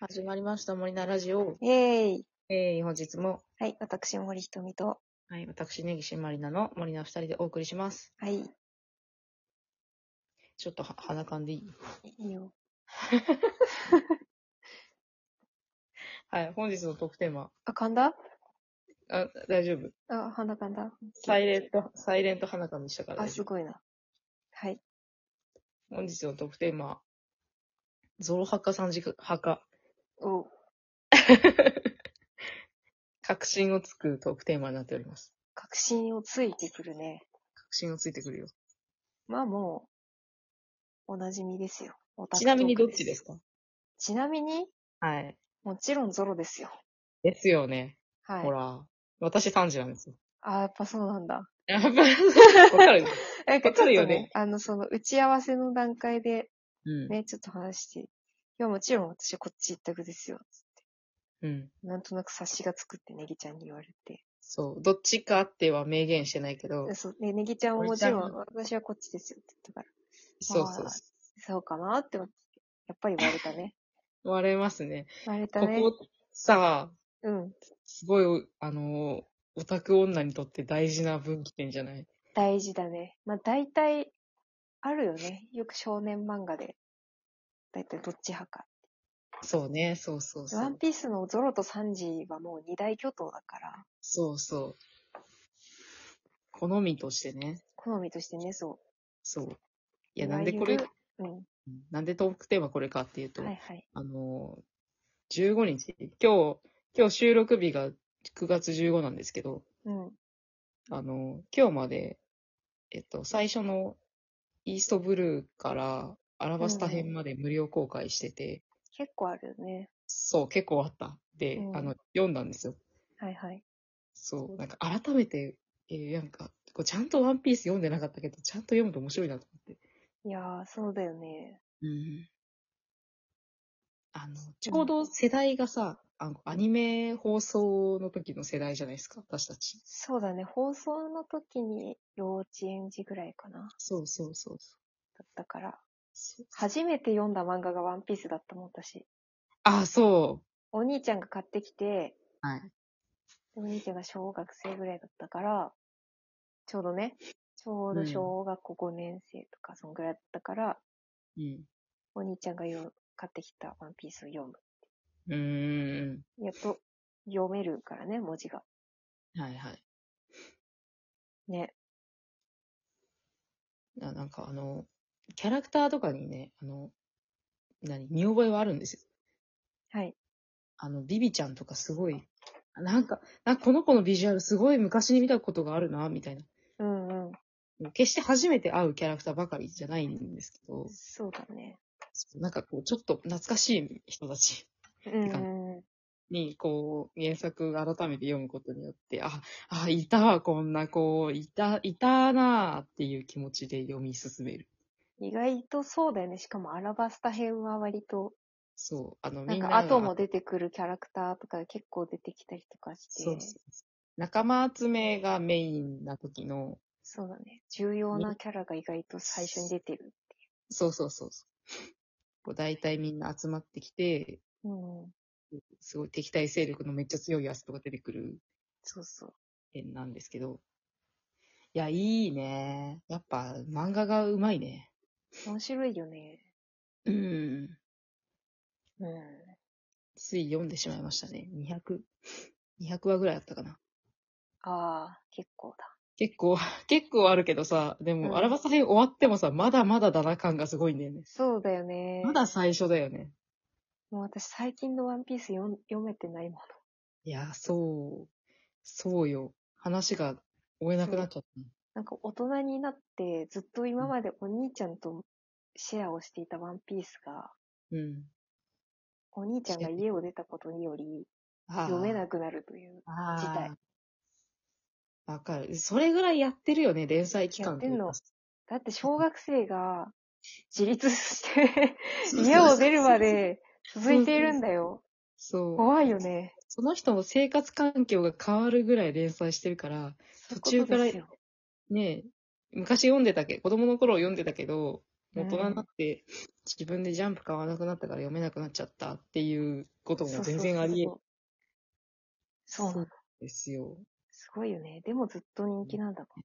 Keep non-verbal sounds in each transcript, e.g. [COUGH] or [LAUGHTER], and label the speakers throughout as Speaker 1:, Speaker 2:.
Speaker 1: 始まりました、森菜ラジオ。
Speaker 2: イェーイ。
Speaker 1: えー、本日も、
Speaker 2: はい、私、森ひとみと。
Speaker 1: はい、私、根岸まりなの森菜二人でお送りします。
Speaker 2: はい、い
Speaker 1: ちょっとは鼻かんでいい
Speaker 2: いよ。
Speaker 1: はい、本日のトークテーマ。
Speaker 2: あ、噛んだ
Speaker 1: あ、大丈夫。
Speaker 2: あ、鼻噛んだ。
Speaker 1: サイレント、サイレント鼻かんでしたから
Speaker 2: あ、
Speaker 1: 大
Speaker 2: す
Speaker 1: 丈夫。
Speaker 2: ごいな。はい。
Speaker 1: 本日のトークテーマ、ゾロ派か三次派 [LAUGHS] か、
Speaker 2: お、
Speaker 1: 確信をつくトークテーマになっております。
Speaker 2: 確信をついてくるね。
Speaker 1: 確信をついてくるよ。
Speaker 2: まあもう、おなじみですよ。オタク
Speaker 1: ちなみに
Speaker 2: ト
Speaker 1: ど
Speaker 2: ー
Speaker 1: っ
Speaker 2: ク
Speaker 1: ちですか
Speaker 2: ちなみに、
Speaker 1: はい。
Speaker 2: もちろんゾロですよ。
Speaker 1: ですよね。
Speaker 2: はい。
Speaker 1: ほら、私三次なんですよ。
Speaker 2: あ、やっぱそうなんだ。
Speaker 1: やっぱ、 [LAUGHS] わかる
Speaker 2: なんか
Speaker 1: わ
Speaker 2: ち
Speaker 1: か
Speaker 2: ょっと
Speaker 1: るよ
Speaker 2: ね、
Speaker 1: ね
Speaker 2: あの、その、打ち合わせの段階で、
Speaker 1: うん。
Speaker 2: ね、ちょっと話して、いや、もちろん私はこっち一択ですよ。
Speaker 1: うん。
Speaker 2: なんとなく察しがつくってネギちゃんに言われて。
Speaker 1: そう。どっちかっては明言してないけど、
Speaker 2: そう、ね、ネギちゃんはもちろん、私はこっちですよって言ったから。
Speaker 1: そうそう
Speaker 2: あー。そうかなって思って。やっぱり割れ
Speaker 1: [LAUGHS]
Speaker 2: たね。
Speaker 1: 割れますね。
Speaker 2: 割れた
Speaker 1: こ
Speaker 2: ね。
Speaker 1: こ、さあ、
Speaker 2: うん。
Speaker 1: すごい、あの、オタク女にとって大事な分岐点じゃない
Speaker 2: 大事だね。まあ大体、あるよね。よく少年漫画で。大体どっち派か。
Speaker 1: そうね、そうそうそ
Speaker 2: ワ
Speaker 1: う
Speaker 2: ン。ピースのゾロとサンジはもう二大巨頭だから、
Speaker 1: そうそう。好みとしてね。
Speaker 2: 好みとしてね、そう。
Speaker 1: そう。いや、
Speaker 2: わ
Speaker 1: なんで
Speaker 2: ゆる
Speaker 1: これ、
Speaker 2: うん。
Speaker 1: なんでトークテーマこれかっていうと、
Speaker 2: はいはい。
Speaker 1: あの、15日、今日、今日収録日が9月15なんですけど、
Speaker 2: うん。
Speaker 1: あの、今日まで、えっと、最初のイーストブルーからアラバスタ編まで無料公開してて、
Speaker 2: 結構あるよね。
Speaker 1: そう、結構あった。で、
Speaker 2: うん
Speaker 1: あの、読んだんですよ。
Speaker 2: はいはい。
Speaker 1: そう、なんか改めて、えーなんか、こうちゃんとワンピース読んでなかったけど、ちゃんと読むと面白いなと思って。
Speaker 2: いやー、そうだよね。
Speaker 1: うん。あの、ちょうど世代がさ、あの、アニメ放送の時の世代じゃないですか、私たち。
Speaker 2: そうだね。放送の時に幼稚園児ぐらいかな。
Speaker 1: そうそうそう
Speaker 2: だったから。
Speaker 1: そう。
Speaker 2: 初めて読んだ漫画がワンピースだったもん、私。
Speaker 1: あ、そ
Speaker 2: お兄ちゃんが買ってきて、
Speaker 1: う。はい。
Speaker 2: お兄ちゃんが小学生ぐらいだったから、ちょうどね、ちょうど小学校5年生とか、そんぐらいだったから、
Speaker 1: うん。
Speaker 2: お兄ちゃんがよ買ってきたワンピースを読む。
Speaker 1: うーん。
Speaker 2: やっと読めるからね、文字が。
Speaker 1: はいはい。
Speaker 2: ね。
Speaker 1: ななんかあの、キャラクターとかにね、あの、何、見覚えはあるんですよ。
Speaker 2: はい。
Speaker 1: あの、ビビちゃんとかすごい、なんか、なんかこの子のビジュアルすごい昔に見たことがあるな、みたいな。
Speaker 2: うんうん。
Speaker 1: 決して初めて会うキャラクターばかりじゃないんですけど、
Speaker 2: そうだね。
Speaker 1: なんかこう、ちょっと懐かしい人たち
Speaker 2: うんうんうん。
Speaker 1: に、こう、原作改めて読むことによって、あ、あ、いたわ、こんな子、いた、いたなーっていう気持ちで読み進める。
Speaker 2: 意外とそうだよね。しかもアラバスタ編は割と、
Speaker 1: そう、あの、
Speaker 2: な
Speaker 1: みん
Speaker 2: ん
Speaker 1: な
Speaker 2: か
Speaker 1: が。
Speaker 2: 後も出てくるキャラクターとか結構出てきたりとかして。
Speaker 1: そうそう仲間集めがメインな時の、
Speaker 2: そうだね。重要なキャラが意外と最初に出てる。
Speaker 1: そうそうそうそう。こう大体みんな集まってきて、
Speaker 2: うん。
Speaker 1: すごい敵対勢力のめっちゃ強いやつとか出てくる
Speaker 2: そうそう。
Speaker 1: 編なんですけど。いや、いいね。やっぱ漫画がうまいね。
Speaker 2: 面白いよね。
Speaker 1: うん。
Speaker 2: うん。
Speaker 1: つい読んでしまいましたね。200、200話ぐらいあったかな。
Speaker 2: ああ、結構だ。
Speaker 1: 結構、結構あるけどさ、で
Speaker 2: うん
Speaker 1: も、アラバス編終わってもさ、まだまだだな感がすごいんだよね。
Speaker 2: そうだよね。
Speaker 1: まだ最初だよね。
Speaker 2: もう私最近のワンピース読ん読めてないも
Speaker 1: いや、そう。そうよ。話が追えなくなっちゃった。
Speaker 2: の。なんか大人になってずっと今までお兄ちゃんとシェアをしていたワンピースが、
Speaker 1: うん。
Speaker 2: お兄ちゃんが家を出たことにより
Speaker 1: あー
Speaker 2: 読めなくなるという。
Speaker 1: あ
Speaker 2: 事態
Speaker 1: あ。わかる。それぐらいやってるよね、連載期間というか
Speaker 2: やってだって小学
Speaker 1: [LAUGHS]
Speaker 2: 生が自立して
Speaker 1: そうそう
Speaker 2: 家を出るまで続いているんだよ。
Speaker 1: そう。
Speaker 2: 怖いよね。
Speaker 1: その人の生活環境が変わるぐらい連載してるから、途中から
Speaker 2: そういうことですよ
Speaker 1: ねえ昔読んでたけど、子供の頃読んでたけど、大人になって、自分でジャンプ買わなくなったから読めなくなっちゃったっていうことも全然あり得るん
Speaker 2: そうそうそうそうそうなの
Speaker 1: ですよ。
Speaker 2: すごいよね。でもずっと人気なんだも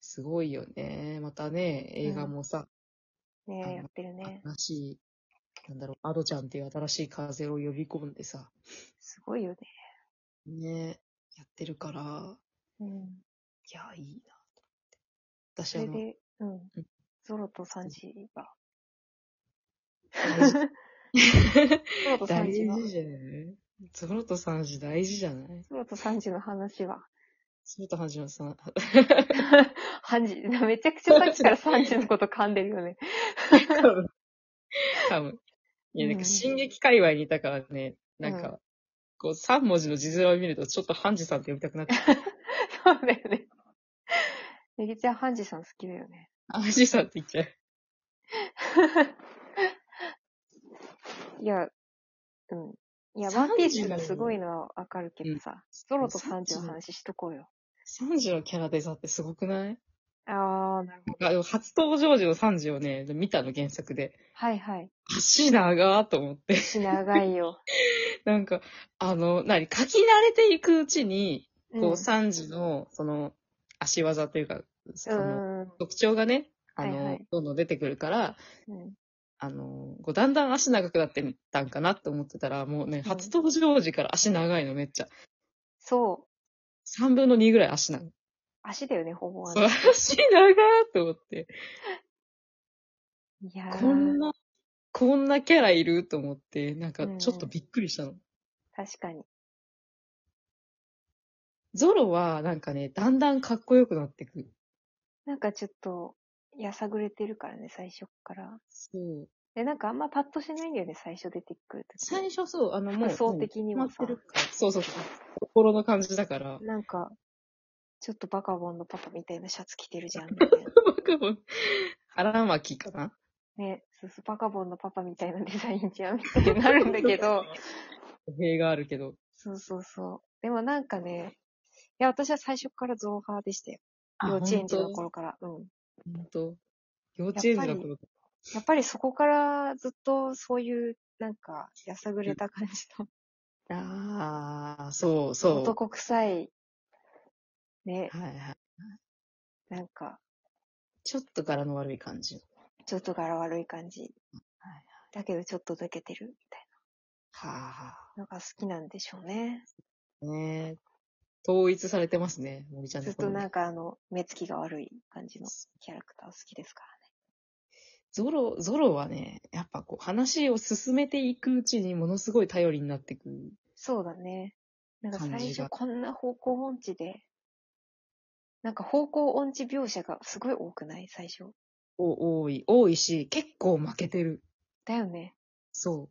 Speaker 1: すごいよね。またね、映画もさ、
Speaker 2: ん。ね
Speaker 1: あ
Speaker 2: え
Speaker 1: の
Speaker 2: やってるね。
Speaker 1: 新しい、なんだろう、アドちゃんっていう新しい風を呼び込んでさ、
Speaker 2: すごいよね。
Speaker 1: ね、やってるから、
Speaker 2: うん。
Speaker 1: いや、いいなと思って。私
Speaker 2: そ
Speaker 1: あ
Speaker 2: れ
Speaker 1: の、
Speaker 2: で、うん
Speaker 1: うん。
Speaker 2: ゾロとサンジ
Speaker 1: [LAUGHS]
Speaker 2: が。
Speaker 1: 大事
Speaker 2: ゾロとサン
Speaker 1: 大
Speaker 2: ジが。
Speaker 1: 事じゃないゾロとサンジ大事じゃない
Speaker 2: ゾロとサンジの話は。
Speaker 1: ゾロとハンジのさ
Speaker 2: [LAUGHS]
Speaker 1: ん、
Speaker 2: ハンジ、めちゃくちゃさっきからサンジのこと噛んでるよね。
Speaker 1: 多分。いや、なん
Speaker 2: うん
Speaker 1: か、進撃界隈にいたからね、なん
Speaker 2: う
Speaker 1: か、こう、3文字の字面を見ると、ちょっとハンジさんって呼びたくなっ
Speaker 2: [LAUGHS]
Speaker 1: ちゃう。
Speaker 2: そうだよね。ネギちゃん、ハンジさん好きだよね。
Speaker 1: ハンジさんって言っちゃう。
Speaker 2: [LAUGHS] いや、うん。いや、
Speaker 1: サ
Speaker 2: ワ
Speaker 1: ン
Speaker 2: ンピー
Speaker 1: ジ
Speaker 2: ス
Speaker 1: の
Speaker 2: がすごいのはわかるけどさ、ゾロとサンジの話しとこうよ。
Speaker 1: サンジのキャラデザってすごくない
Speaker 2: あー、なるほど。
Speaker 1: なんか初登場時のサンジをね、見たの原作で。
Speaker 2: はいはい。
Speaker 1: 足長ーと思って。 [LAUGHS]
Speaker 2: し長いよ。
Speaker 1: なんか、あの、なに、書き慣れていくうちに、こう、
Speaker 2: うん
Speaker 1: サンジの、その、足技というか、その、
Speaker 2: うん
Speaker 1: 特徴がね、あの、
Speaker 2: はいはい
Speaker 1: どんどん出てくるから、
Speaker 2: うん。
Speaker 1: あの、こうだんだん足長くなってたんかなって思ってたら、もうね、
Speaker 2: ん
Speaker 1: 初登場時から足長いのめっちゃ。
Speaker 2: そう。
Speaker 1: 3分の2ぐらい足なの。
Speaker 2: 足だよね、ほぼは
Speaker 1: そう
Speaker 2: ね。
Speaker 1: 足長ーって思って。
Speaker 2: いやー
Speaker 1: こんな、こんなキャラいると思って、なんかちょっとびっくりしたの。
Speaker 2: 確かに。
Speaker 1: ゾロはなんかね、だんだんかっこよくなってく。
Speaker 2: なんかちょっと、やさぐれてるからね、最初っから。
Speaker 1: そう。
Speaker 2: で、なんかあんまパッとしないんだよね、最初出てくるとき。
Speaker 1: 最初そう、あのもう、
Speaker 2: 服装的にも
Speaker 1: 決ま
Speaker 2: さ
Speaker 1: ってるからそうそうそう。心の感じだ
Speaker 2: [LAUGHS]
Speaker 1: から。
Speaker 2: なんか、ちょっとバカボンのパパみたいなシャツ着てるじゃん、みたいな。
Speaker 1: バカボン腹巻きかな
Speaker 2: ね、そうそう、バカボンのパパみたいなデザインじゃん、みたいになるんだ
Speaker 1: [LAUGHS]
Speaker 2: けど。
Speaker 1: 語弊があるけど。
Speaker 2: そうそうそう。でもなんかね、いや、私は最初からゾー派でしたよ。幼稚園児の頃から。うん。
Speaker 1: 本当。幼稚園児の頃。
Speaker 2: やっぱりそこからずっとそういう、なんか、やさぐれた感じ
Speaker 1: ああ、そう
Speaker 2: の、
Speaker 1: そう。
Speaker 2: 男臭い、ね、
Speaker 1: はいはい。
Speaker 2: なんか、
Speaker 1: ちょっと柄の悪い感じ。
Speaker 2: ちょっと柄悪い感じ
Speaker 1: はいはい。
Speaker 2: だけどちょっと抜けてるみたい
Speaker 1: はあはあ。
Speaker 2: なのが好きなんでしょうね。
Speaker 1: ねえ。統一されてますね、森ちゃん
Speaker 2: ず
Speaker 1: の
Speaker 2: っと
Speaker 1: 頃に
Speaker 2: なんかあの、目つきが悪い感じのキャラクター好きですか
Speaker 1: ゾロ、ゾロはね、やっぱこう話を進めていくうちにものすごい頼りになってくる。
Speaker 2: そうだね。なんか
Speaker 1: 感
Speaker 2: 最
Speaker 1: じ
Speaker 2: 初
Speaker 1: が
Speaker 2: こんな方向音痴で、なんか方向音痴描写がすごい多くない最初。
Speaker 1: お多い、多いし、結構負けてる。
Speaker 2: だよね。
Speaker 1: そう。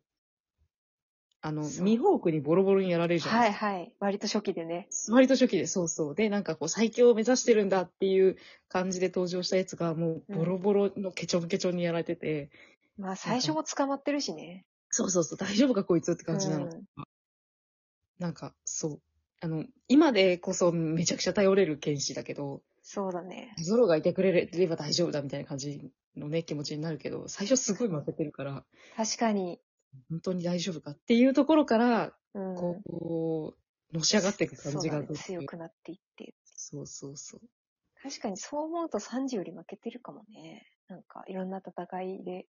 Speaker 1: あの、
Speaker 2: そう
Speaker 1: ミホークにボロボロにやられるじゃないで
Speaker 2: はい
Speaker 1: すか。
Speaker 2: はい。割と初期でね。
Speaker 1: 割と初期で、そうそう。で、なんかこう、最強を目指してるんだっていう感じで登場したやつが、も
Speaker 2: う
Speaker 1: う、
Speaker 2: ん
Speaker 1: ボロボロのケチョンケチョンにやられてて、
Speaker 2: まあ最初も捕まってるしね。
Speaker 1: そうそうそう、大丈夫かこいつって感じなの。
Speaker 2: うん
Speaker 1: なんか、そう。あの、今でこそめちゃくちゃ頼れる剣士だけど、
Speaker 2: そうだね。
Speaker 1: ゾロがいてくれれば大丈夫だみたいな感じのね、気持ちになるけど、最初すごい負けてるから、
Speaker 2: 確かに。
Speaker 1: 本当に大丈夫かっていうところから、
Speaker 2: うん。
Speaker 1: こう、こうのし上がっていく感じが
Speaker 2: そうだね
Speaker 1: 出て
Speaker 2: 強くなっていって。
Speaker 1: そうそうそう。
Speaker 2: 確かにそう思うと3時より負けてるかもね。なんかいろんな戦いで。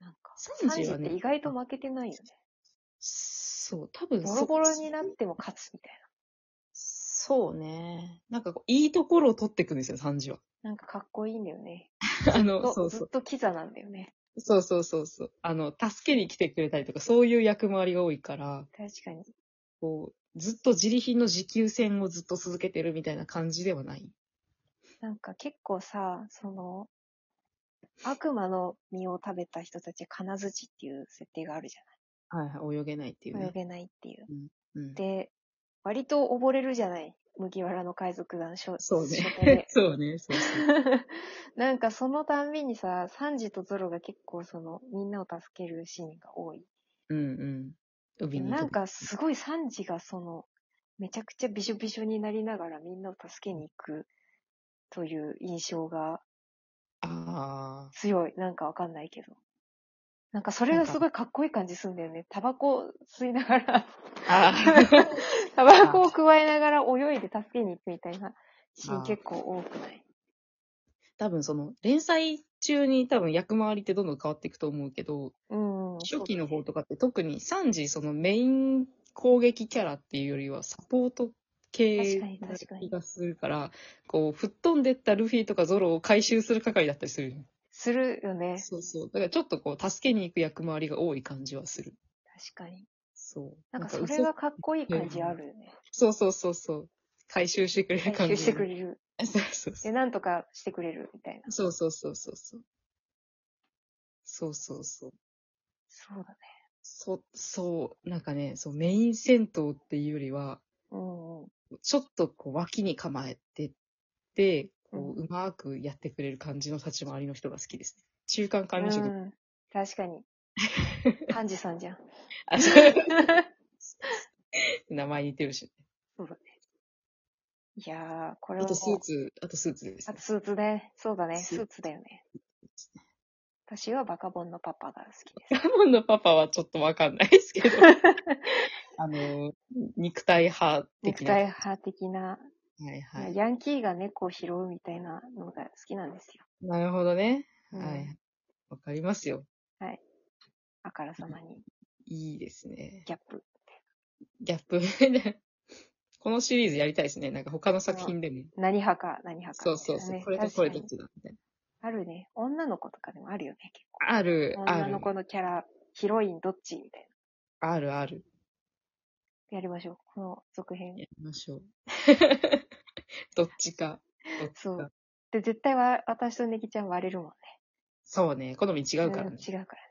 Speaker 2: なんか
Speaker 1: サンジ
Speaker 2: 3時
Speaker 1: は
Speaker 2: っ
Speaker 1: ね
Speaker 2: て意外と負けてないよ
Speaker 1: そう、多分
Speaker 2: ね。ボロボロになっ
Speaker 1: る。
Speaker 2: ても勝つみたいな。
Speaker 1: そうね。なんかこう、いいところを取っていくんですよ、サン
Speaker 2: [LAUGHS]
Speaker 1: ジは。
Speaker 2: なんかかっこいいんだよね。
Speaker 1: あ
Speaker 2: ずっ
Speaker 1: の、
Speaker 2: と
Speaker 1: そう
Speaker 2: ず
Speaker 1: そ
Speaker 2: っ
Speaker 1: う。
Speaker 2: とキザなんだよね。
Speaker 1: そうそうそうそう。あの、助けに来てくれたりとか、そういう役回りが多いから、
Speaker 2: 確かに。
Speaker 1: こう、ずっと自利品の持久戦をずっと続けてるみたいな感じではない。
Speaker 2: なんか結構さ、その、悪魔の実を食べた人たち、金槌っていう設定があるじ
Speaker 1: はいはい、泳げないってい
Speaker 2: ゃ
Speaker 1: う
Speaker 2: ない。
Speaker 1: ね。
Speaker 2: 泳げないっていう。
Speaker 1: うん、
Speaker 2: で、割と溺れるじゃない麦わらの海賊団初
Speaker 1: そう
Speaker 2: 初手で [LAUGHS]
Speaker 1: ね。 [LAUGHS] そうね。そうそう。
Speaker 2: なんかそのたんびにさ、サンジとゾロが結構その、みんなを助けるシーンが多い。
Speaker 1: うんうん。
Speaker 2: で
Speaker 1: 海
Speaker 2: も
Speaker 1: に飛ぶ
Speaker 2: なんかすごいサンジがその、めちゃくちゃびしょびしょになりながらみんなを助けに行くという印象が
Speaker 1: あ
Speaker 2: 強い。なんかわかんないけど。なんかそれがすごいかっこいい感じすんだよね。タバコ吸いながら、
Speaker 1: あ。
Speaker 2: [LAUGHS]
Speaker 1: ああ。
Speaker 2: タバコを加えながら泳いで助けに行くみたいなシーン結構多くない
Speaker 1: [LAUGHS] 多分その、連載中に多分役回りってどんどん変わっていくと思うけど、
Speaker 2: うん。
Speaker 1: 初期の方とかって特にサンジ、そのメイン攻撃キャラっていうよりはサポート系
Speaker 2: 確かに
Speaker 1: な
Speaker 2: 確かに
Speaker 1: 気がするから、こう、吹っ飛んでったルフィとかゾロを回収する係だったりするよね。
Speaker 2: するよね。
Speaker 1: そうそう。だからちょっとこう、助けに行く役回りが多い感じはする。
Speaker 2: 確かに。
Speaker 1: そう。
Speaker 2: なんかそ
Speaker 1: 嘘
Speaker 2: れがかっこいい感じあるよね。
Speaker 1: そうそうそうそう。回収してくれる感
Speaker 2: 回
Speaker 1: じ。
Speaker 2: 収してくれる。
Speaker 1: そうそうそ
Speaker 2: で、
Speaker 1: う。
Speaker 2: なんとかしてくれるみたいな。
Speaker 1: そうそうそうそうそう。そうそうそう。
Speaker 2: そうだね。
Speaker 1: そ、そう、なんかね、そう、メイン戦闘っていうよりは、
Speaker 2: うんうん。
Speaker 1: ちょっとこう脇に構えてって、こ
Speaker 2: う
Speaker 1: う、うまくやってくれる感じの立ち回りの人が好きですね。中間管理職。
Speaker 2: うん、確
Speaker 1: [LAUGHS]
Speaker 2: かに。ハンジさんじゃん。
Speaker 1: あ、そう。 [LAUGHS] 名前似てるし。
Speaker 2: そうだね。いやー、これ
Speaker 1: あ
Speaker 2: はも
Speaker 1: と
Speaker 2: う
Speaker 1: スーツ、あとスーツです、
Speaker 2: あ
Speaker 1: ね
Speaker 2: と。スーツで、そうだね、
Speaker 1: ス
Speaker 2: スーツだよね。私はバカボンのパパが好き
Speaker 1: [LAUGHS]
Speaker 2: です。
Speaker 1: ガモンのパパはちょっとわかんないです [LAUGHS] けど。あの、肉体派的
Speaker 2: 肉
Speaker 1: な。
Speaker 2: 体派的な、
Speaker 1: はいはい。
Speaker 2: ヤンキーが猫を拾うみたいなのが好きなんですよ。
Speaker 1: なるほどね。
Speaker 2: うん
Speaker 1: はい。わかりますよ。
Speaker 2: あからさまに、
Speaker 1: いいですね。
Speaker 2: ギャップ。
Speaker 1: ギャップ。 [LAUGHS] このシリーズやりたいですね。なんか他の作品でも。
Speaker 2: 何派か、何派か、
Speaker 1: そうそうそう。これと
Speaker 2: 確
Speaker 1: こ
Speaker 2: か
Speaker 1: れどっ
Speaker 2: に。
Speaker 1: ちだみたい
Speaker 2: あるね。女の子とかでもあるよね、結構。
Speaker 1: な。ある、あ
Speaker 2: 女
Speaker 1: る
Speaker 2: の。子のキャラ、ヒロインどっちみたい
Speaker 1: あるある。
Speaker 2: な。やりましょう。この続編。
Speaker 1: やりま
Speaker 2: [LAUGHS]
Speaker 1: しょう。どっちか。どっち
Speaker 2: そう
Speaker 1: か。。
Speaker 2: で、絶対は、私とネギちゃん割れるもんね。
Speaker 1: そうね。好み違うから
Speaker 2: ん
Speaker 1: ね。
Speaker 2: 違うからね。